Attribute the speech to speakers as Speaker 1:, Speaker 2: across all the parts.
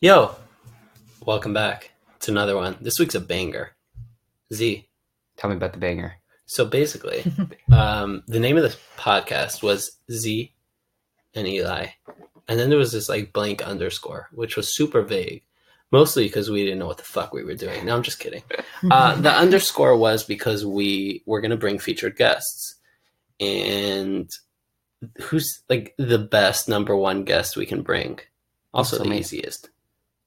Speaker 1: Yo, welcome back to another one. This week's a banger. Z.
Speaker 2: Tell me about the banger.
Speaker 1: So basically, um, the name of this podcast was Z and Eli, and then there was this like blank underscore, which was super vague, mostly because we didn't know what the fuck we were doing. No, I'm just kidding. Uh, the underscore was because we were gonna bring featured guests, and who's like the best number one guest we can bring? Also,
Speaker 2: So
Speaker 1: the
Speaker 2: me.
Speaker 1: easiest,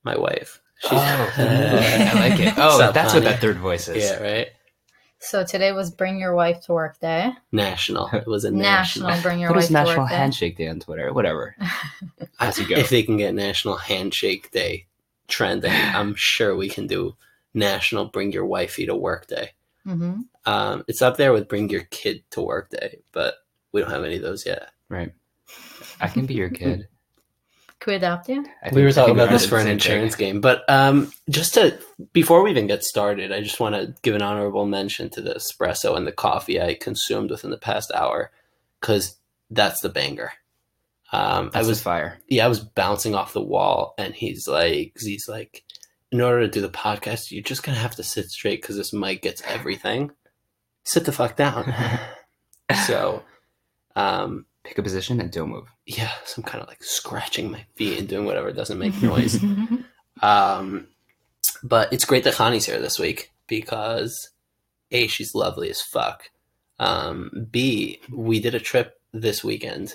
Speaker 1: my wife. She's,
Speaker 2: Oh. I like it. Oh,
Speaker 1: So
Speaker 2: that's
Speaker 1: funny.
Speaker 2: what that third voice is.
Speaker 1: yeah, right.
Speaker 3: So today was Bring Your Wife to Work Day.
Speaker 1: National. It was a
Speaker 3: National,
Speaker 1: national.
Speaker 3: Bring Your
Speaker 2: What
Speaker 3: Wife
Speaker 2: does
Speaker 3: to
Speaker 2: National
Speaker 3: Work Day.
Speaker 2: Handshake Day on Twitter? Whatever. As you go.
Speaker 1: If they can get National Handshake Day trending, I'm sure we can do National Bring Your Wifey to Work Day.
Speaker 3: hmm
Speaker 1: Um, it's up there with Bring Your Kid to Work Day, but we don't have any of those yet.
Speaker 2: Right. I can be your kid.
Speaker 3: Can we adopt you?
Speaker 2: I
Speaker 1: we
Speaker 2: think-
Speaker 1: were
Speaker 2: I
Speaker 1: talking
Speaker 2: think
Speaker 1: about this
Speaker 2: did
Speaker 1: for
Speaker 2: the
Speaker 1: an
Speaker 2: same
Speaker 1: insurance game, but um, just to before we even get started, I just want to give an honorable mention to the espresso and the coffee I consumed within the past hour because that's the banger. Um, I
Speaker 2: thing. That's
Speaker 1: was
Speaker 2: was fire.
Speaker 1: yeah, I was bouncing off the wall, and he's like, he's like, in order to do the podcast, you're just gonna have to sit straight because this mic gets everything. Sit the fuck down. so, um,
Speaker 2: Pick a position and don't move.
Speaker 1: yeah, so I'm kind of like scratching my feet and doing whatever doesn't make noise. um, but it's great that Connie's here this week because a she's lovely as fuck. Um, B we did a trip this weekend.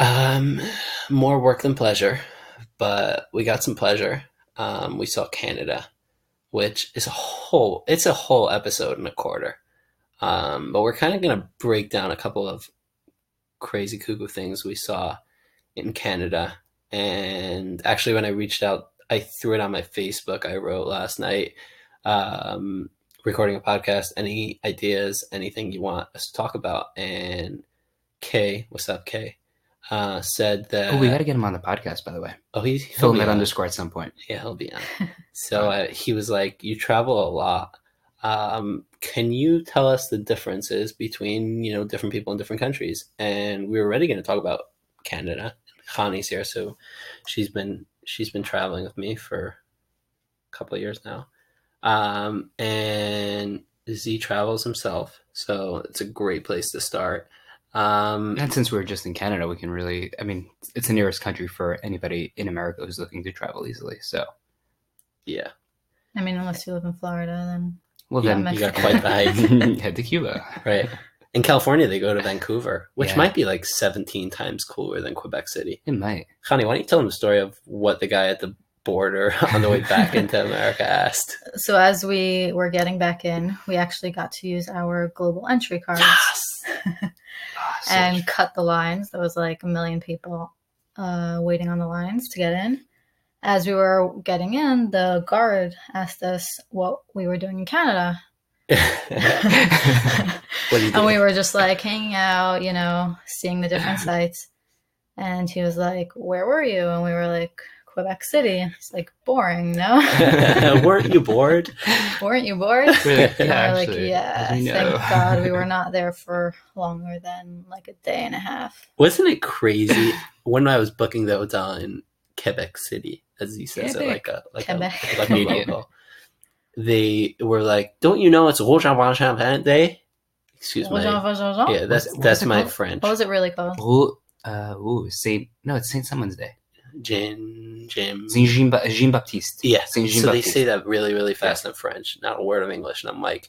Speaker 1: Um, more work than pleasure, but we got some pleasure. Um, we saw Canada, which is a whole it's a whole episode and a quarter. Um, but we're kind of gonna break down a couple of crazy cuckoo things we saw in Canada. And actually, when I reached out, I threw it on my Facebook. I wrote last night, um, recording a podcast. Any ideas? Anything you want us to talk about? And Kay, what's up, Kay? Uh, said that.
Speaker 2: Oh, we got to get him on the podcast, by the way.
Speaker 1: Oh, he's
Speaker 2: Fill in that
Speaker 1: on.
Speaker 2: underscore at some point.
Speaker 1: Yeah, he'll be on. So uh, he was like, "You travel a lot. Um, can you tell us the differences between you know different people in different countries?" And we were already going to talk about Canada. Connie's here, so she's been she's been traveling with me for a couple of years now. Um, and Z travels himself, so it's a great place to start. Um,
Speaker 2: And since we're just in Canada, we can really, I mean, it's the nearest country for anybody in America who's looking to travel easily. So,
Speaker 1: yeah,
Speaker 3: I mean, unless you live in Florida, then
Speaker 2: well,
Speaker 3: Yeah,
Speaker 2: then
Speaker 1: you got quite the hype.
Speaker 2: head to Cuba.
Speaker 1: Right. In California, they go to Vancouver, which
Speaker 2: Yeah.
Speaker 1: might be like 17 times cooler than Quebec City.
Speaker 2: It might.
Speaker 1: Connie, why don't you tell them the story of what the guy at the border on the way back into America asked?
Speaker 3: so as we were getting back in, we actually got to use our global entry cards
Speaker 2: Awesome.
Speaker 3: and cut the lines. There was like a million people uh, waiting on the lines to get in. As we were getting in, the guard asked us what we were doing in Canada.
Speaker 1: what do you
Speaker 2: Oh,
Speaker 1: do?
Speaker 3: and we were just like hanging out, you know, seeing the different sites. And he was like, "Where were you?" And we were like, "Quebec City." It's like boring, no?
Speaker 1: Weren't you bored?
Speaker 3: Weren't you bored?
Speaker 2: We're like,
Speaker 1: Yeah,
Speaker 3: And
Speaker 2: yeah,
Speaker 3: we were
Speaker 2: actually,
Speaker 3: like, "Yeah,
Speaker 2: we know."
Speaker 3: thank God we were not there for longer than like a day and a half."
Speaker 1: Wasn't it crazy when I was booking the hotel in Quebec City, as he says it, like
Speaker 2: Quebec.
Speaker 1: a like
Speaker 3: Quebec.
Speaker 1: a like a
Speaker 2: Idiot.
Speaker 1: local? They were like, "Don't you know it's Rouge Champagne Champagne Day?" Excuse me.
Speaker 3: Jean
Speaker 1: Yeah,
Speaker 3: Valjean Jean?
Speaker 1: that's
Speaker 2: What was
Speaker 1: that's
Speaker 2: it
Speaker 1: my
Speaker 2: called?
Speaker 1: French.
Speaker 3: What was it really called?
Speaker 2: Ooh, uh, ooh, Saint. No, it's Saint someone's day.
Speaker 1: Jin, Jim.
Speaker 2: Saint Jean, ba- Jean Baptiste.
Speaker 1: Yeah.
Speaker 2: Saint Jean
Speaker 1: so they
Speaker 2: Baptiste.
Speaker 1: say that really, really fast in French, not a word of English. And I'm like,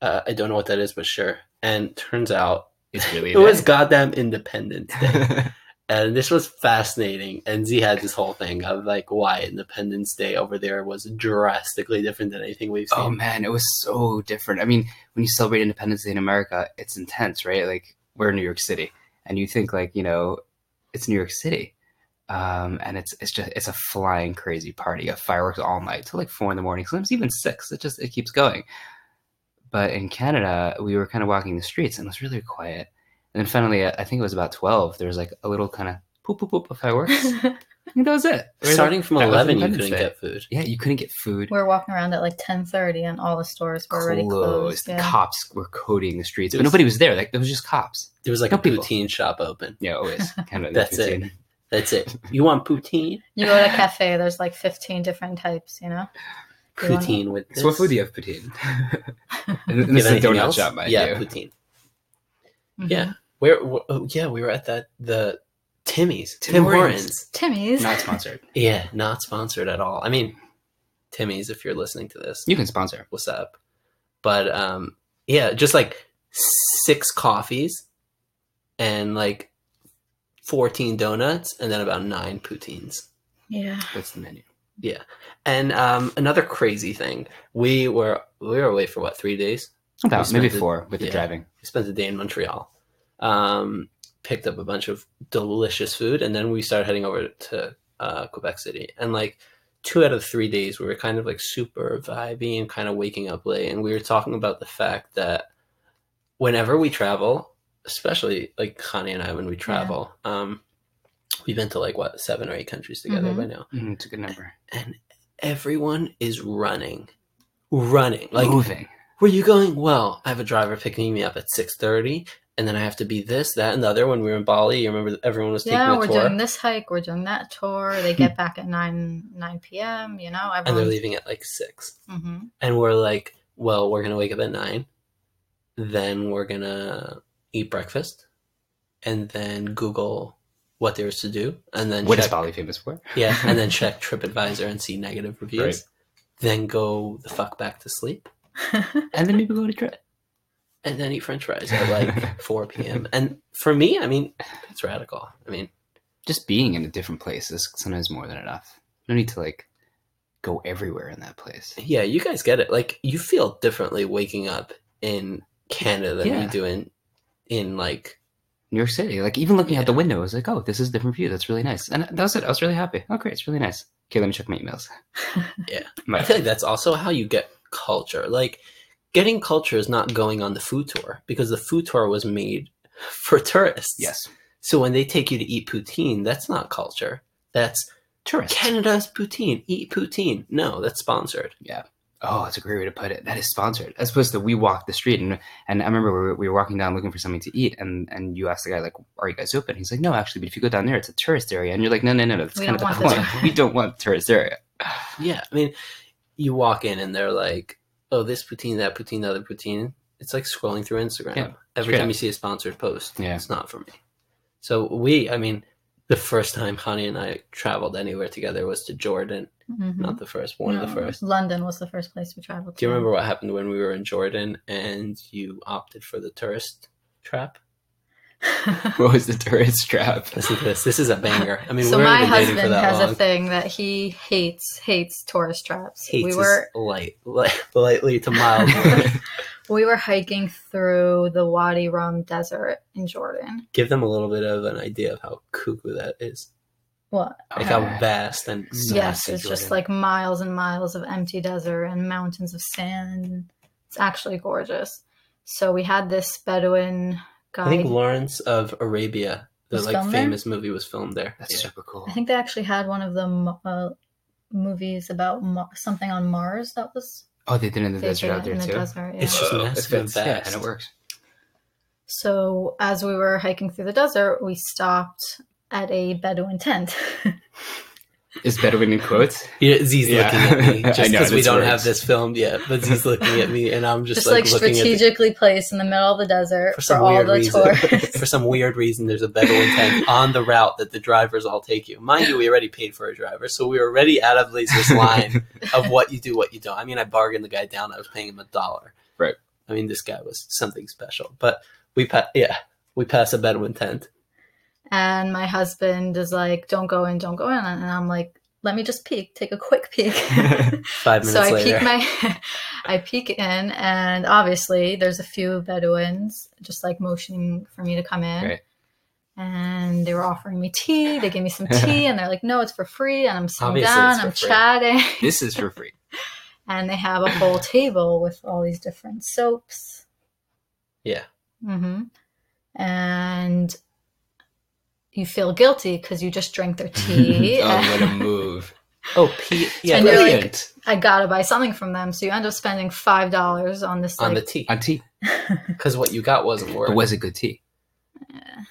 Speaker 1: uh, I don't know what that is, but sure. And turns out
Speaker 2: it's really.
Speaker 1: it was goddamn Independence Day.
Speaker 2: bad.
Speaker 1: and this was fascinating. And Z had this whole thing of like why Independence Day over there was drastically different than anything we've seen.
Speaker 2: oh man, it was so different. I mean, when you celebrate Independence Day in America, it's intense, right? Like we're in New York City, and you think like you know, it's New York City, um, and it's it's just it's a flying crazy party of fireworks all night till like four in the morning, sometimes even six. It just it keeps going. But in Canada, we were kind of walking the streets, and it was really quiet. And then finally, I I think it was about twelve. There was like a little kind of poop poop poop of fireworks. I think that was it. We were
Speaker 1: Starting
Speaker 2: like,
Speaker 1: from
Speaker 2: that was
Speaker 1: 11, you
Speaker 2: Independence
Speaker 1: couldn't
Speaker 2: Day.
Speaker 1: get food.
Speaker 2: Yeah, you couldn't get food.
Speaker 3: we were walking around at like ten thirty, and all the stores were already closed.
Speaker 2: The
Speaker 3: yeah.
Speaker 2: cops were coding the streets,
Speaker 1: It
Speaker 2: but
Speaker 1: was-
Speaker 2: nobody was there. Like it was just cops.
Speaker 1: There was like
Speaker 2: No
Speaker 1: a
Speaker 2: people.
Speaker 1: poutine shop open.
Speaker 2: Yeah, always. Kind of
Speaker 1: That's it. That's it. You want poutine?
Speaker 3: You go to a cafe, there's like 15 different types, you know? You want-
Speaker 1: Poutine with this.
Speaker 2: So what food do you have, poutine? and this is a
Speaker 1: anything
Speaker 2: donut
Speaker 1: else?
Speaker 2: shop, mind
Speaker 1: Yeah,
Speaker 2: you.
Speaker 1: poutine.
Speaker 3: Mm-hmm.
Speaker 1: Yeah. Where? wh- oh, yeah, we were at that the Timmy's.
Speaker 2: Tim
Speaker 1: Tim
Speaker 2: Hortons.
Speaker 1: Hortons.
Speaker 3: Timmy's.
Speaker 2: Not sponsored.
Speaker 1: Yeah, not sponsored at all. I mean, Timmy's, if you're listening to this,
Speaker 2: You can sponsor.
Speaker 1: what's up? But um, yeah, just like six coffees and like fourteen donuts, and then about nine poutines.
Speaker 3: Yeah.
Speaker 2: That's the menu.
Speaker 1: And um, another crazy thing, we were we were away for what three days?
Speaker 2: About
Speaker 1: spent
Speaker 2: maybe
Speaker 1: the-
Speaker 2: four with
Speaker 1: yeah.
Speaker 2: the driving.
Speaker 1: We spent the day in Montreal, um, picked up a bunch of delicious food, and then we started heading over to uh, Quebec City. And like two out of three days, we were kind of like super vibey and kind of waking up late. And we were talking about the fact that whenever we travel, especially like Connie and I, when we travel, um, we've been to like what seven or eight countries together
Speaker 3: Mhm.
Speaker 1: by now,
Speaker 2: Mm, it's a good number.
Speaker 1: and everyone is running, running like
Speaker 2: Moving.
Speaker 1: were you going well i have a driver picking me up at 6.30 and then i have to be this that and the other when we were in bali you remember that everyone was taking
Speaker 3: Yeah,
Speaker 1: a
Speaker 3: we're
Speaker 1: tour Hmm.
Speaker 3: doing this hike, we're doing that tour. They get back at 9 9 p.m., you know?
Speaker 1: and they're
Speaker 3: Everyone's,
Speaker 1: leaving at like 6
Speaker 3: hmm
Speaker 1: and we're like well we're gonna wake up at 9 then we're gonna eat breakfast and then google what there's to do and then
Speaker 2: What is
Speaker 1: check,
Speaker 2: Bali famous for?
Speaker 1: yeah and then check tripadvisor and see negative reviews
Speaker 2: Right.
Speaker 1: then go the fuck back to sleep
Speaker 3: Mm-hmm.
Speaker 2: And then maybe go to trip.
Speaker 1: and then eat french fries at like 4 p.m and for me i mean it's radical i mean
Speaker 2: Just being in a different place is sometimes more than enough. You don't need to like go everywhere in that place.
Speaker 1: Yeah, you guys get it. Like you feel differently waking up in Canada than
Speaker 2: Yeah.
Speaker 1: you do in in like
Speaker 2: New York City. Like even looking out the
Speaker 1: Yeah.
Speaker 2: window, I was like, oh, this is a different view. That's really nice. And that was it. I was really happy. Oh, great. It's really nice. Okay, let me check my emails.
Speaker 1: Yeah.
Speaker 2: My-
Speaker 1: I feel like that's also how you get culture. Like getting culture is not going on the food tour because the food tour was made for tourists.
Speaker 2: yes.
Speaker 1: So when they take you to eat poutine, that's not culture. That's
Speaker 2: Tourists.
Speaker 1: Canada's poutine. Eat poutine. No, that's sponsored.
Speaker 2: Oh, that's a great way to put it. That is sponsored. As opposed to we walked the street and and I remember we were, we were walking down looking for something to eat and and you asked the guy like, "Are you guys open?" He's like, "No, actually, but if you go down there, it's a tourist area." And you're like, "No, no, no, no. That's
Speaker 3: We
Speaker 2: kind of
Speaker 3: don't
Speaker 2: the
Speaker 3: want the
Speaker 2: point.
Speaker 3: tour-
Speaker 2: we don't want the tourist area."
Speaker 1: Yeah. I mean, you walk in and they're like, "Oh, this poutine, that poutine, the other poutine." It's like scrolling through Instagram.
Speaker 2: Yeah,
Speaker 1: Every
Speaker 2: straight
Speaker 1: time
Speaker 2: up.
Speaker 1: you see a sponsored post,
Speaker 2: Yeah.
Speaker 1: it's not for me. So we, I mean, the first time Hani and I traveled anywhere together was to Jordan.
Speaker 2: Mm-hmm.
Speaker 1: Not the first, one of the first.
Speaker 3: Mm-hmm. London was the first place we traveled to.
Speaker 1: Do you remember what happened when we were in Jordan and you opted for the tourist trap?
Speaker 2: What was the tourist trap?
Speaker 1: Listen to this. This is a banger. I mean,
Speaker 3: so
Speaker 1: we're
Speaker 3: my
Speaker 1: only dating for
Speaker 3: husband
Speaker 1: that
Speaker 3: has
Speaker 1: long.
Speaker 3: a thing that he hates hates tourist traps.
Speaker 1: Hates
Speaker 3: we
Speaker 1: is
Speaker 3: were
Speaker 1: light, light, lightly to mild.
Speaker 3: we were hiking through the Wadi Rum desert in Jordan.
Speaker 1: Give them a little bit of an idea of how cuckoo that is.
Speaker 3: What?
Speaker 1: Like
Speaker 2: Okay.
Speaker 1: how vast and
Speaker 2: So
Speaker 3: yes,
Speaker 1: massive
Speaker 3: it's just
Speaker 1: Jordan.
Speaker 3: like miles and miles of empty desert and mountains of sand. It's actually gorgeous. So we had this Bedouin guide.
Speaker 1: I think Lawrence of Arabia, the
Speaker 3: Was
Speaker 1: like
Speaker 3: filmed there?
Speaker 1: famous movie, was filmed there.
Speaker 2: That's
Speaker 1: Yeah.
Speaker 2: super cool.
Speaker 3: I think they actually had one of the mo- uh, movies about Ma- something on Mars that was
Speaker 2: Oh, they did it in the
Speaker 3: they
Speaker 2: desert
Speaker 3: did
Speaker 2: out
Speaker 3: it
Speaker 2: there
Speaker 3: in the
Speaker 2: too.
Speaker 3: desert. Yeah.
Speaker 1: It's just
Speaker 2: Whoa,
Speaker 1: massive
Speaker 2: that's-
Speaker 1: and
Speaker 2: yeah,
Speaker 1: vast.
Speaker 2: and it works.
Speaker 3: So as we were hiking through the desert, we stopped at a Bedouin tent.
Speaker 2: Is Bedouin in quotes?
Speaker 1: Yeah, Z's
Speaker 2: Yeah.
Speaker 1: looking at me
Speaker 2: I
Speaker 1: just
Speaker 2: know,
Speaker 1: because we
Speaker 2: that's
Speaker 1: don't
Speaker 2: worse.
Speaker 1: have this filmed yet. But Z's looking at me, and I'm just,
Speaker 3: just
Speaker 1: like,
Speaker 3: like,
Speaker 1: looking at
Speaker 3: strategically placed in the middle of the desert
Speaker 1: the, for
Speaker 3: for,
Speaker 1: some
Speaker 3: all
Speaker 1: weird
Speaker 3: the
Speaker 1: reason.
Speaker 3: tourists.
Speaker 1: for some weird reason, there's a Bedouin tent on the route that the drivers all take you. Mind you, we already paid for a driver, so we were already out of Laser's line of what you do, what you don't. I mean, I bargained the guy down; I was paying him a dollar.
Speaker 2: Right.
Speaker 1: I mean, this guy was something special. But we, pa- yeah, we pass a Bedouin tent.
Speaker 3: and my husband is like, "Don't go in, don't go in," and I'm like, "Let me just peek, take a quick peek."
Speaker 1: Five minutes
Speaker 3: so I
Speaker 1: later,
Speaker 3: peek my, I peek in, and obviously there's a few Bedouins just like motioning for me to come in.
Speaker 2: Right.
Speaker 3: And they were offering me tea. They gave me some tea, and they're like, "No, it's for free." And I'm sitting
Speaker 1: Obviously it's
Speaker 3: down,
Speaker 1: for
Speaker 3: I'm
Speaker 1: free.
Speaker 3: chatting.
Speaker 2: this is for free.
Speaker 3: and they have a whole table with all these different soaps.
Speaker 1: Yeah.
Speaker 3: hmm And you feel guilty because you just drank their tea.
Speaker 2: oh, what a
Speaker 3: and
Speaker 2: move!
Speaker 1: oh, Pete, yeah,
Speaker 3: And you're like-
Speaker 1: brilliant.
Speaker 3: I gotta buy something from them, so you end up spending five dollars on this.
Speaker 1: on the
Speaker 3: like,
Speaker 1: tea
Speaker 2: On tea,
Speaker 1: because what you got wasn't worth.
Speaker 2: but was it good tea?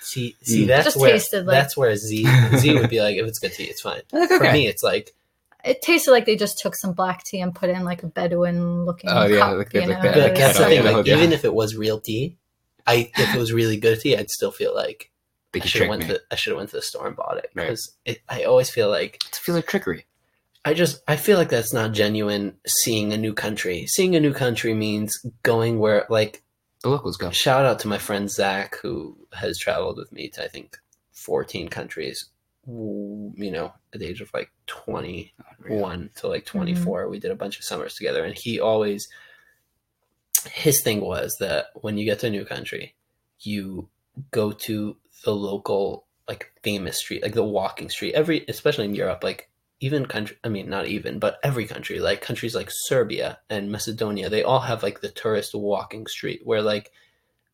Speaker 1: See, see,
Speaker 2: Mm.
Speaker 1: that's
Speaker 3: Just
Speaker 1: where
Speaker 3: tasted like-
Speaker 1: that's where Z Z would be like, if it's good tea, it's fine.
Speaker 2: Like,
Speaker 1: For
Speaker 2: okay.
Speaker 1: me, it's like
Speaker 3: It tasted like they just took some black tea and put it in like a Bedouin looking.
Speaker 2: Oh, yeah,
Speaker 3: cup,
Speaker 2: like-
Speaker 3: you
Speaker 2: like
Speaker 3: know,
Speaker 2: that.
Speaker 3: it
Speaker 1: But
Speaker 2: I
Speaker 1: that's
Speaker 3: was-
Speaker 1: the
Speaker 2: don't
Speaker 1: thing.
Speaker 2: know,
Speaker 1: Like,
Speaker 2: yeah.
Speaker 1: even if it was real tea, I if it was really good tea, I'd still feel like
Speaker 2: They
Speaker 1: I
Speaker 2: could
Speaker 1: should have
Speaker 2: trick
Speaker 1: went
Speaker 2: me.
Speaker 1: to I should have went to the store and bought it
Speaker 2: Right.
Speaker 1: because it, I always feel like
Speaker 2: It's a feel like trickery.
Speaker 1: I just I feel like that's not genuine. Seeing a new country, seeing a new country means going where like
Speaker 2: The locals go.
Speaker 1: shout out to my friend Zach who has traveled with me to I think fourteen countries. w- You know, at the age of like twenty one to like 24 we did a bunch of summers together and he always his thing was that when you get to a new country you go to the local like famous street like the walking street every especially in europe like even country i mean not even but every country like countries like serbia and macedonia they all have like the tourist walking street where like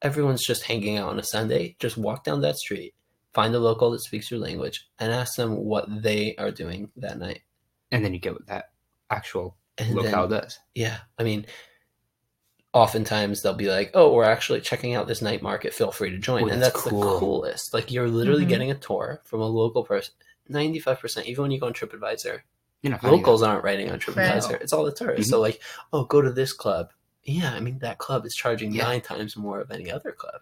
Speaker 1: everyone's just hanging out on a sunday just walk down that street find a local that speaks your language and ask them what they are doing that night
Speaker 2: And then you get what that actual
Speaker 1: and
Speaker 2: locale
Speaker 1: then,
Speaker 2: does.
Speaker 1: yeah, I mean, oftentimes they'll be like, "Oh, we're actually checking out this night market. Feel free to join."
Speaker 2: Ooh,
Speaker 1: and
Speaker 2: that's
Speaker 1: that's the
Speaker 2: cool.
Speaker 1: coolest. Like you're literally
Speaker 3: Mhm.
Speaker 1: getting a tour from a local person. Ninety-five percent, even when you go on TripAdvisor,
Speaker 2: You know, Mm-hmm.
Speaker 1: locals aren't writing on TripAdvisor.
Speaker 2: Right.
Speaker 1: It's all the tourists. So like, oh, go to this club. Yeah, I mean that club is charging
Speaker 2: Yeah.
Speaker 1: nine times more of any other club.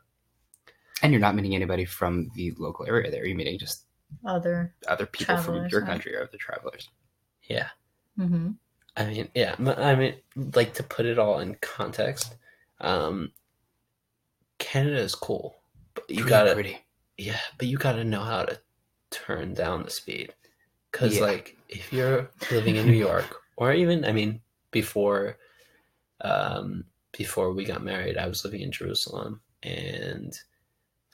Speaker 2: And you're not meeting anybody from the local area there. You're meeting just
Speaker 3: Other.
Speaker 2: other people from
Speaker 3: Travelers,
Speaker 2: your
Speaker 3: yeah.
Speaker 2: country or other travelers.
Speaker 1: Yeah,
Speaker 3: hmm
Speaker 1: I mean, yeah, m- I mean, like to put it all in context, um, Canada is cool, but you
Speaker 2: Pretty
Speaker 1: gotta
Speaker 2: pretty.
Speaker 1: Yeah, but you gotta know how to turn down the speed. Because,
Speaker 2: Yeah.
Speaker 1: like, if you're living in New York, or even, I mean, before, um, before we got married, I was living in Jerusalem, and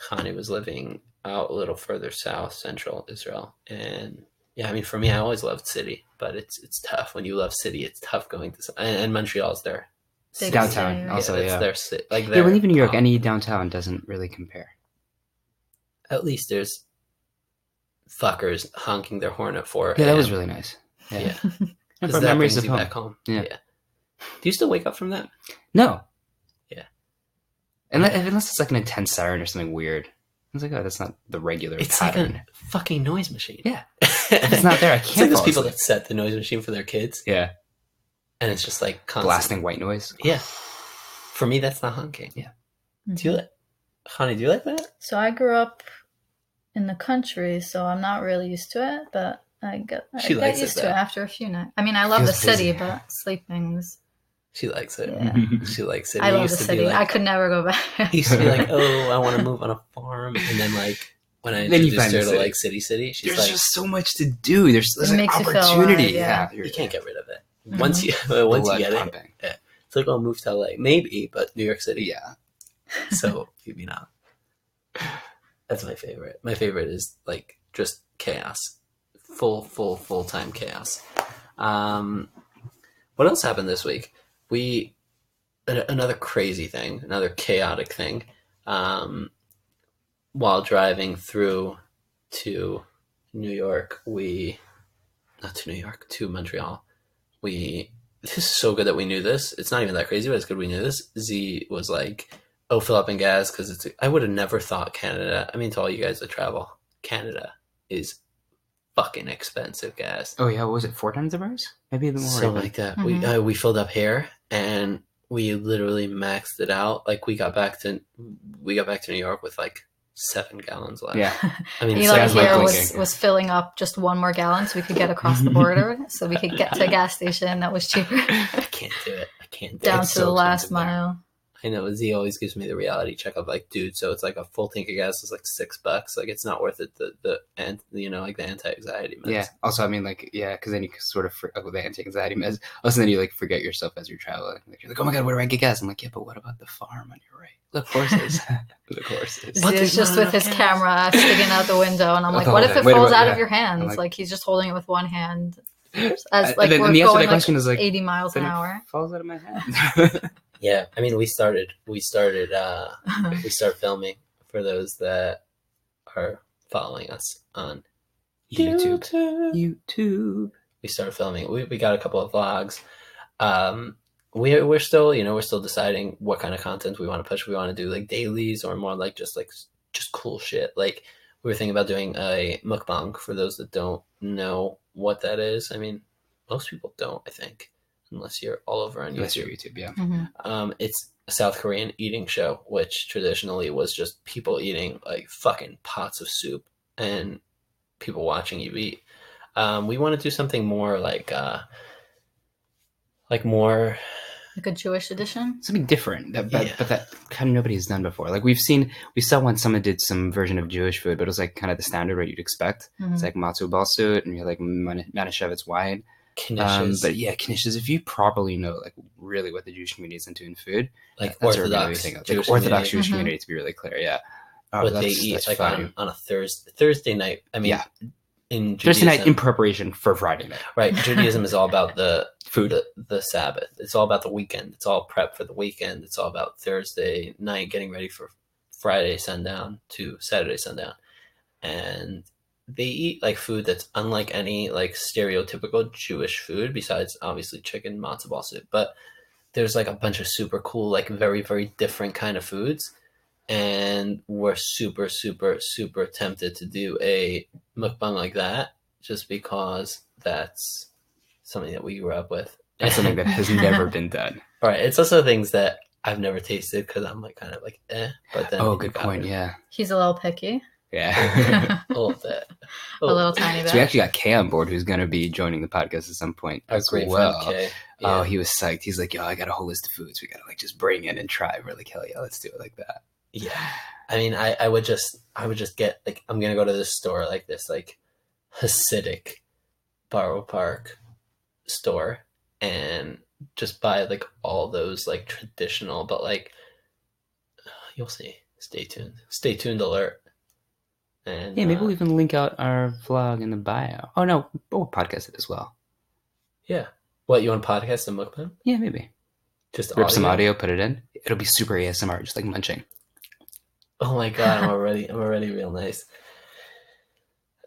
Speaker 1: Hani was living out a little further south, central Israel. And yeah, I mean, for me, I always loved city, but it's it's tough when you love city. It's tough going to, and, and Montreal's there.
Speaker 3: Big
Speaker 2: Downtown
Speaker 3: city.
Speaker 2: also,
Speaker 1: it's
Speaker 2: yeah.
Speaker 1: their city. Like,
Speaker 2: Yeah, when
Speaker 1: their
Speaker 2: even New York,
Speaker 1: comp-
Speaker 2: any downtown doesn't really compare.
Speaker 1: at least there's fuckers honking their horn at four.
Speaker 2: Yeah, that was
Speaker 1: AM.
Speaker 2: really nice. Yeah,
Speaker 1: Yeah.
Speaker 2: I
Speaker 1: Because that
Speaker 2: brought memories
Speaker 1: brings
Speaker 2: of
Speaker 1: you
Speaker 2: home.
Speaker 1: back home.
Speaker 2: Yeah.
Speaker 1: Do you still wake up from that?
Speaker 2: No.
Speaker 1: Yeah.
Speaker 2: Unless, unless it's like an intense siren or something weird. I was like, oh, that's not the regular
Speaker 1: It's
Speaker 2: pattern.
Speaker 1: like a fucking noise machine.
Speaker 2: Yeah.
Speaker 1: it's
Speaker 2: it's not there. I
Speaker 1: It's like
Speaker 2: can't.
Speaker 1: those
Speaker 2: fall
Speaker 1: people
Speaker 2: asleep.
Speaker 1: that set the noise machine for their kids,
Speaker 2: yeah,
Speaker 1: and it's just like constant.
Speaker 2: blasting white noise.
Speaker 1: Yeah. For me, that's not honking.
Speaker 2: Yeah.
Speaker 1: Do you like, honey? Do you like that?
Speaker 3: So I grew up in the country, so I'm not really used to it, but I get, I
Speaker 1: She
Speaker 3: get
Speaker 1: likes it,
Speaker 3: used to
Speaker 1: though.
Speaker 3: it after a few nights. I mean, I love the
Speaker 2: Feels
Speaker 3: city,
Speaker 2: busy.
Speaker 3: but sleeping's.
Speaker 1: She likes it.
Speaker 3: Yeah.
Speaker 1: She likes it.
Speaker 3: I
Speaker 1: It
Speaker 3: love the
Speaker 1: used to be
Speaker 3: city. I
Speaker 1: Like,
Speaker 3: could never go back.
Speaker 1: it used to be like, oh, I want to move on a farm, and then like when I
Speaker 2: Then you
Speaker 1: introduced
Speaker 2: find
Speaker 1: her
Speaker 2: the
Speaker 1: to
Speaker 2: city.
Speaker 1: like city, city, she's
Speaker 2: There's
Speaker 1: like,
Speaker 2: just so much to do. There's, there's
Speaker 3: It
Speaker 2: like
Speaker 3: makes you feel alive,
Speaker 2: opportunity.
Speaker 3: yeah.
Speaker 2: yeah, you're-
Speaker 1: you can't get rid of it.
Speaker 3: Mhm.
Speaker 1: Once you once you
Speaker 2: blood
Speaker 1: get it,
Speaker 2: pumping.
Speaker 1: it's like I'll move to LA, maybe, but New York City.
Speaker 2: Yeah,
Speaker 1: so maybe not. That's my favorite. My favorite is like just chaos, full, full, full time chaos. Um, what else happened this week? We an- another crazy thing, another chaotic thing. Um, while driving through to New York, we not to New York to Montreal, we. This is so good that we knew this. It's not even that crazy, but it's good we knew this. Z was like, oh fill up and gas because it's i would have never thought canada i mean to all you guys that travel canada is fucking expensive gas
Speaker 2: Oh yeah, what was it four times the price? Maybe even more.
Speaker 1: so
Speaker 2: even.
Speaker 1: like that we
Speaker 3: Mhm.
Speaker 1: uh, we filled up here and we literally maxed it out like we got back to we got back to new york with like seven gallons left
Speaker 2: yeah,
Speaker 1: i mean
Speaker 3: Eli
Speaker 2: sounds like
Speaker 3: here was,
Speaker 2: thinking.
Speaker 3: was filling up just one more gallon so we could get across the border, so we could get to a gas station that was cheaper
Speaker 1: i can't do it i can't do
Speaker 3: down
Speaker 1: it.
Speaker 3: to
Speaker 1: It's
Speaker 3: the
Speaker 1: so
Speaker 3: last
Speaker 1: expensive there.
Speaker 3: mile.
Speaker 1: i know z always gives me the reality check of like dude so it's like a full tank of gas is like six bucks like it's not worth it the the and you know like the anti-anxiety meds.
Speaker 2: yeah. Also, I mean, like, yeah, because then you sort of for- oh, the anti-anxiety meds. Also, then you like forget yourself as you're traveling. Like, you're like, oh my god, where do I get gas? I'm like, yeah, but what about the farm on your right? The horses, the horses.
Speaker 1: But
Speaker 3: He
Speaker 1: there's
Speaker 3: was just
Speaker 1: not
Speaker 3: with his
Speaker 1: enough gas.
Speaker 3: camera sticking out the window, and I'm like,
Speaker 2: Oh,
Speaker 3: "What if it
Speaker 2: wait a
Speaker 3: falls
Speaker 2: minute,
Speaker 3: out
Speaker 2: yeah.
Speaker 3: of your hands?
Speaker 2: I'm
Speaker 3: Like,
Speaker 2: like-
Speaker 3: he's just holding it with one hand, as
Speaker 2: And-
Speaker 3: like we're
Speaker 2: and then, and the answer to
Speaker 3: going
Speaker 2: that
Speaker 3: like
Speaker 2: question is like
Speaker 3: 80 miles an
Speaker 2: then it
Speaker 3: hour."
Speaker 2: falls out of my hand.
Speaker 1: Yeah, I mean, we started, we started, uh, we start filming for those that are following us on
Speaker 2: YouTube.
Speaker 1: YouTube.
Speaker 2: YouTube.
Speaker 1: We started filming. We, we got a couple of vlogs. Um, we we're still, you know, we're still deciding what kind of content we want to push. We want to do like dailies or more like just like s- just cool shit. Like we were thinking about doing a mukbang for those that don't know what that is. I mean, most people don't, I think, unless you're all over on YouTube.
Speaker 2: Unless you're YouTube, yeah.
Speaker 3: hmm
Speaker 1: Um, it's a South Korean eating show, which traditionally was just people eating like fucking pots of soup and people watching you eat. Um, we want to do something more like, uh, like more.
Speaker 3: Like a Jewish edition.
Speaker 2: Something different, that, but,
Speaker 1: Yeah.
Speaker 2: but that kind of nobody's done before. Like we've seen, we saw once someone did some version of Jewish food, but it was like kind of the standard what you'd expect.
Speaker 3: Mhm.
Speaker 2: It's like matzo ball soup, and you're like man- Manischewitz wine. Um,
Speaker 1: Knishes,
Speaker 2: but yeah, knishes. If you properly know like really what the Jewish community is into in food,
Speaker 1: like
Speaker 2: that's a really
Speaker 1: Orthodox,
Speaker 2: thing. Like
Speaker 1: Jewish
Speaker 2: Orthodox
Speaker 1: community,
Speaker 2: Jewish
Speaker 3: Mhm.
Speaker 2: community, to be really clear, yeah. Oh,
Speaker 1: what they
Speaker 2: that's-
Speaker 1: eat
Speaker 2: that's
Speaker 1: like
Speaker 2: fun.
Speaker 1: on, on a Thursday Thursday night. I mean,
Speaker 2: Yeah.
Speaker 1: in Judaism,
Speaker 2: Thursday night in preparation for Friday night.
Speaker 1: right? Judaism is all about the food, the, the Sabbath. It's all about the weekend. It's all prep for the weekend. It's all about Thursday night getting ready for Friday sundown to Saturday sundown, and they eat like food that's unlike any like stereotypical Jewish food. Besides, obviously, chicken matzo ball soup, but there's like a bunch of super cool, like very very different kind of foods. And we're super, super, super tempted to do a mukbang like that just because that's something that we grew up with.
Speaker 2: That's something that has never been done.
Speaker 1: All right, it's also things that I've never tasted because I'm like kind of like eh, but then
Speaker 2: Oh,
Speaker 1: you
Speaker 2: good
Speaker 1: got
Speaker 2: point.
Speaker 1: me
Speaker 2: Yeah,
Speaker 3: He's a little picky.
Speaker 2: yeah.
Speaker 1: a little bit,
Speaker 3: a
Speaker 1: Oh,
Speaker 3: little tiny
Speaker 2: So we
Speaker 3: bit.
Speaker 2: actually got Kay on board, who's going to be joining the podcast at some point
Speaker 1: Our
Speaker 2: as
Speaker 1: great
Speaker 2: well.
Speaker 1: friend Kay.
Speaker 2: Oh,
Speaker 1: Yeah.
Speaker 2: he was psyched. He's like, "Yo, I got a whole list of foods we gotta like just bring in and try." We're like, "Hell yeah, let's do it like that."
Speaker 1: yeah. I mean, I I would just I would just get like I'm gonna go to this store like this like Hasidic Borough Park store and just buy like all those like traditional, but like you'll see. Stay tuned. Stay tuned. Alert. And
Speaker 2: Yeah, maybe
Speaker 1: uh,
Speaker 2: we can link out our vlog in the bio. Oh no, we'll podcast it as well.
Speaker 1: Yeah. What you want to podcast and mukbang?
Speaker 2: Yeah, maybe
Speaker 1: Just
Speaker 2: rip some audio, put it in. It'll be super ASMR, just like munching.
Speaker 1: Oh my god, I'm already I'm already real nice.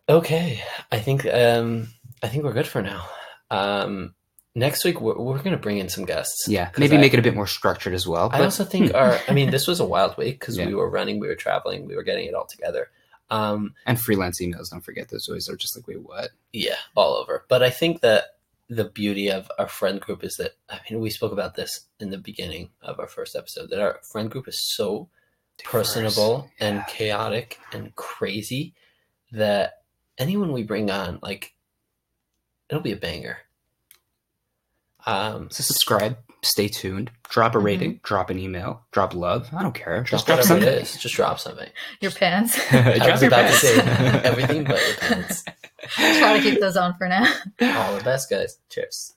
Speaker 1: Okay, I think um I think we're good for now. Um next week we're, we're gonna bring in some guests.
Speaker 2: Yeah,
Speaker 1: 'Cause
Speaker 2: maybe
Speaker 1: I-
Speaker 2: make it a bit more structured as well.
Speaker 1: I also think
Speaker 2: hmm.
Speaker 1: our I mean this was a wild week because
Speaker 2: Yeah.
Speaker 1: we were running, we were traveling, we were getting it all together. Um
Speaker 2: and freelance emails. Don't forget those always are just like, "Wait, what?"
Speaker 1: yeah, all over. But I think that the beauty of our friend group is that I mean we spoke about this in the beginning of our first episode that our friend group is so personable and
Speaker 2: yeah.
Speaker 1: chaotic and crazy that anyone we bring on, like, it'll be a banger. Um,
Speaker 2: So subscribe, stay tuned, drop a
Speaker 3: Mhm.
Speaker 2: rating, drop an email, drop love. I don't care. Just drop
Speaker 1: Mm-hmm. whatever
Speaker 2: something.
Speaker 1: it is, just drop something.
Speaker 3: Your pants.
Speaker 1: I was
Speaker 2: your
Speaker 1: about to
Speaker 2: pants.
Speaker 1: say everything but your pants.
Speaker 3: Try to keep those on for now.
Speaker 1: Oh, All the best, guys. Cheers.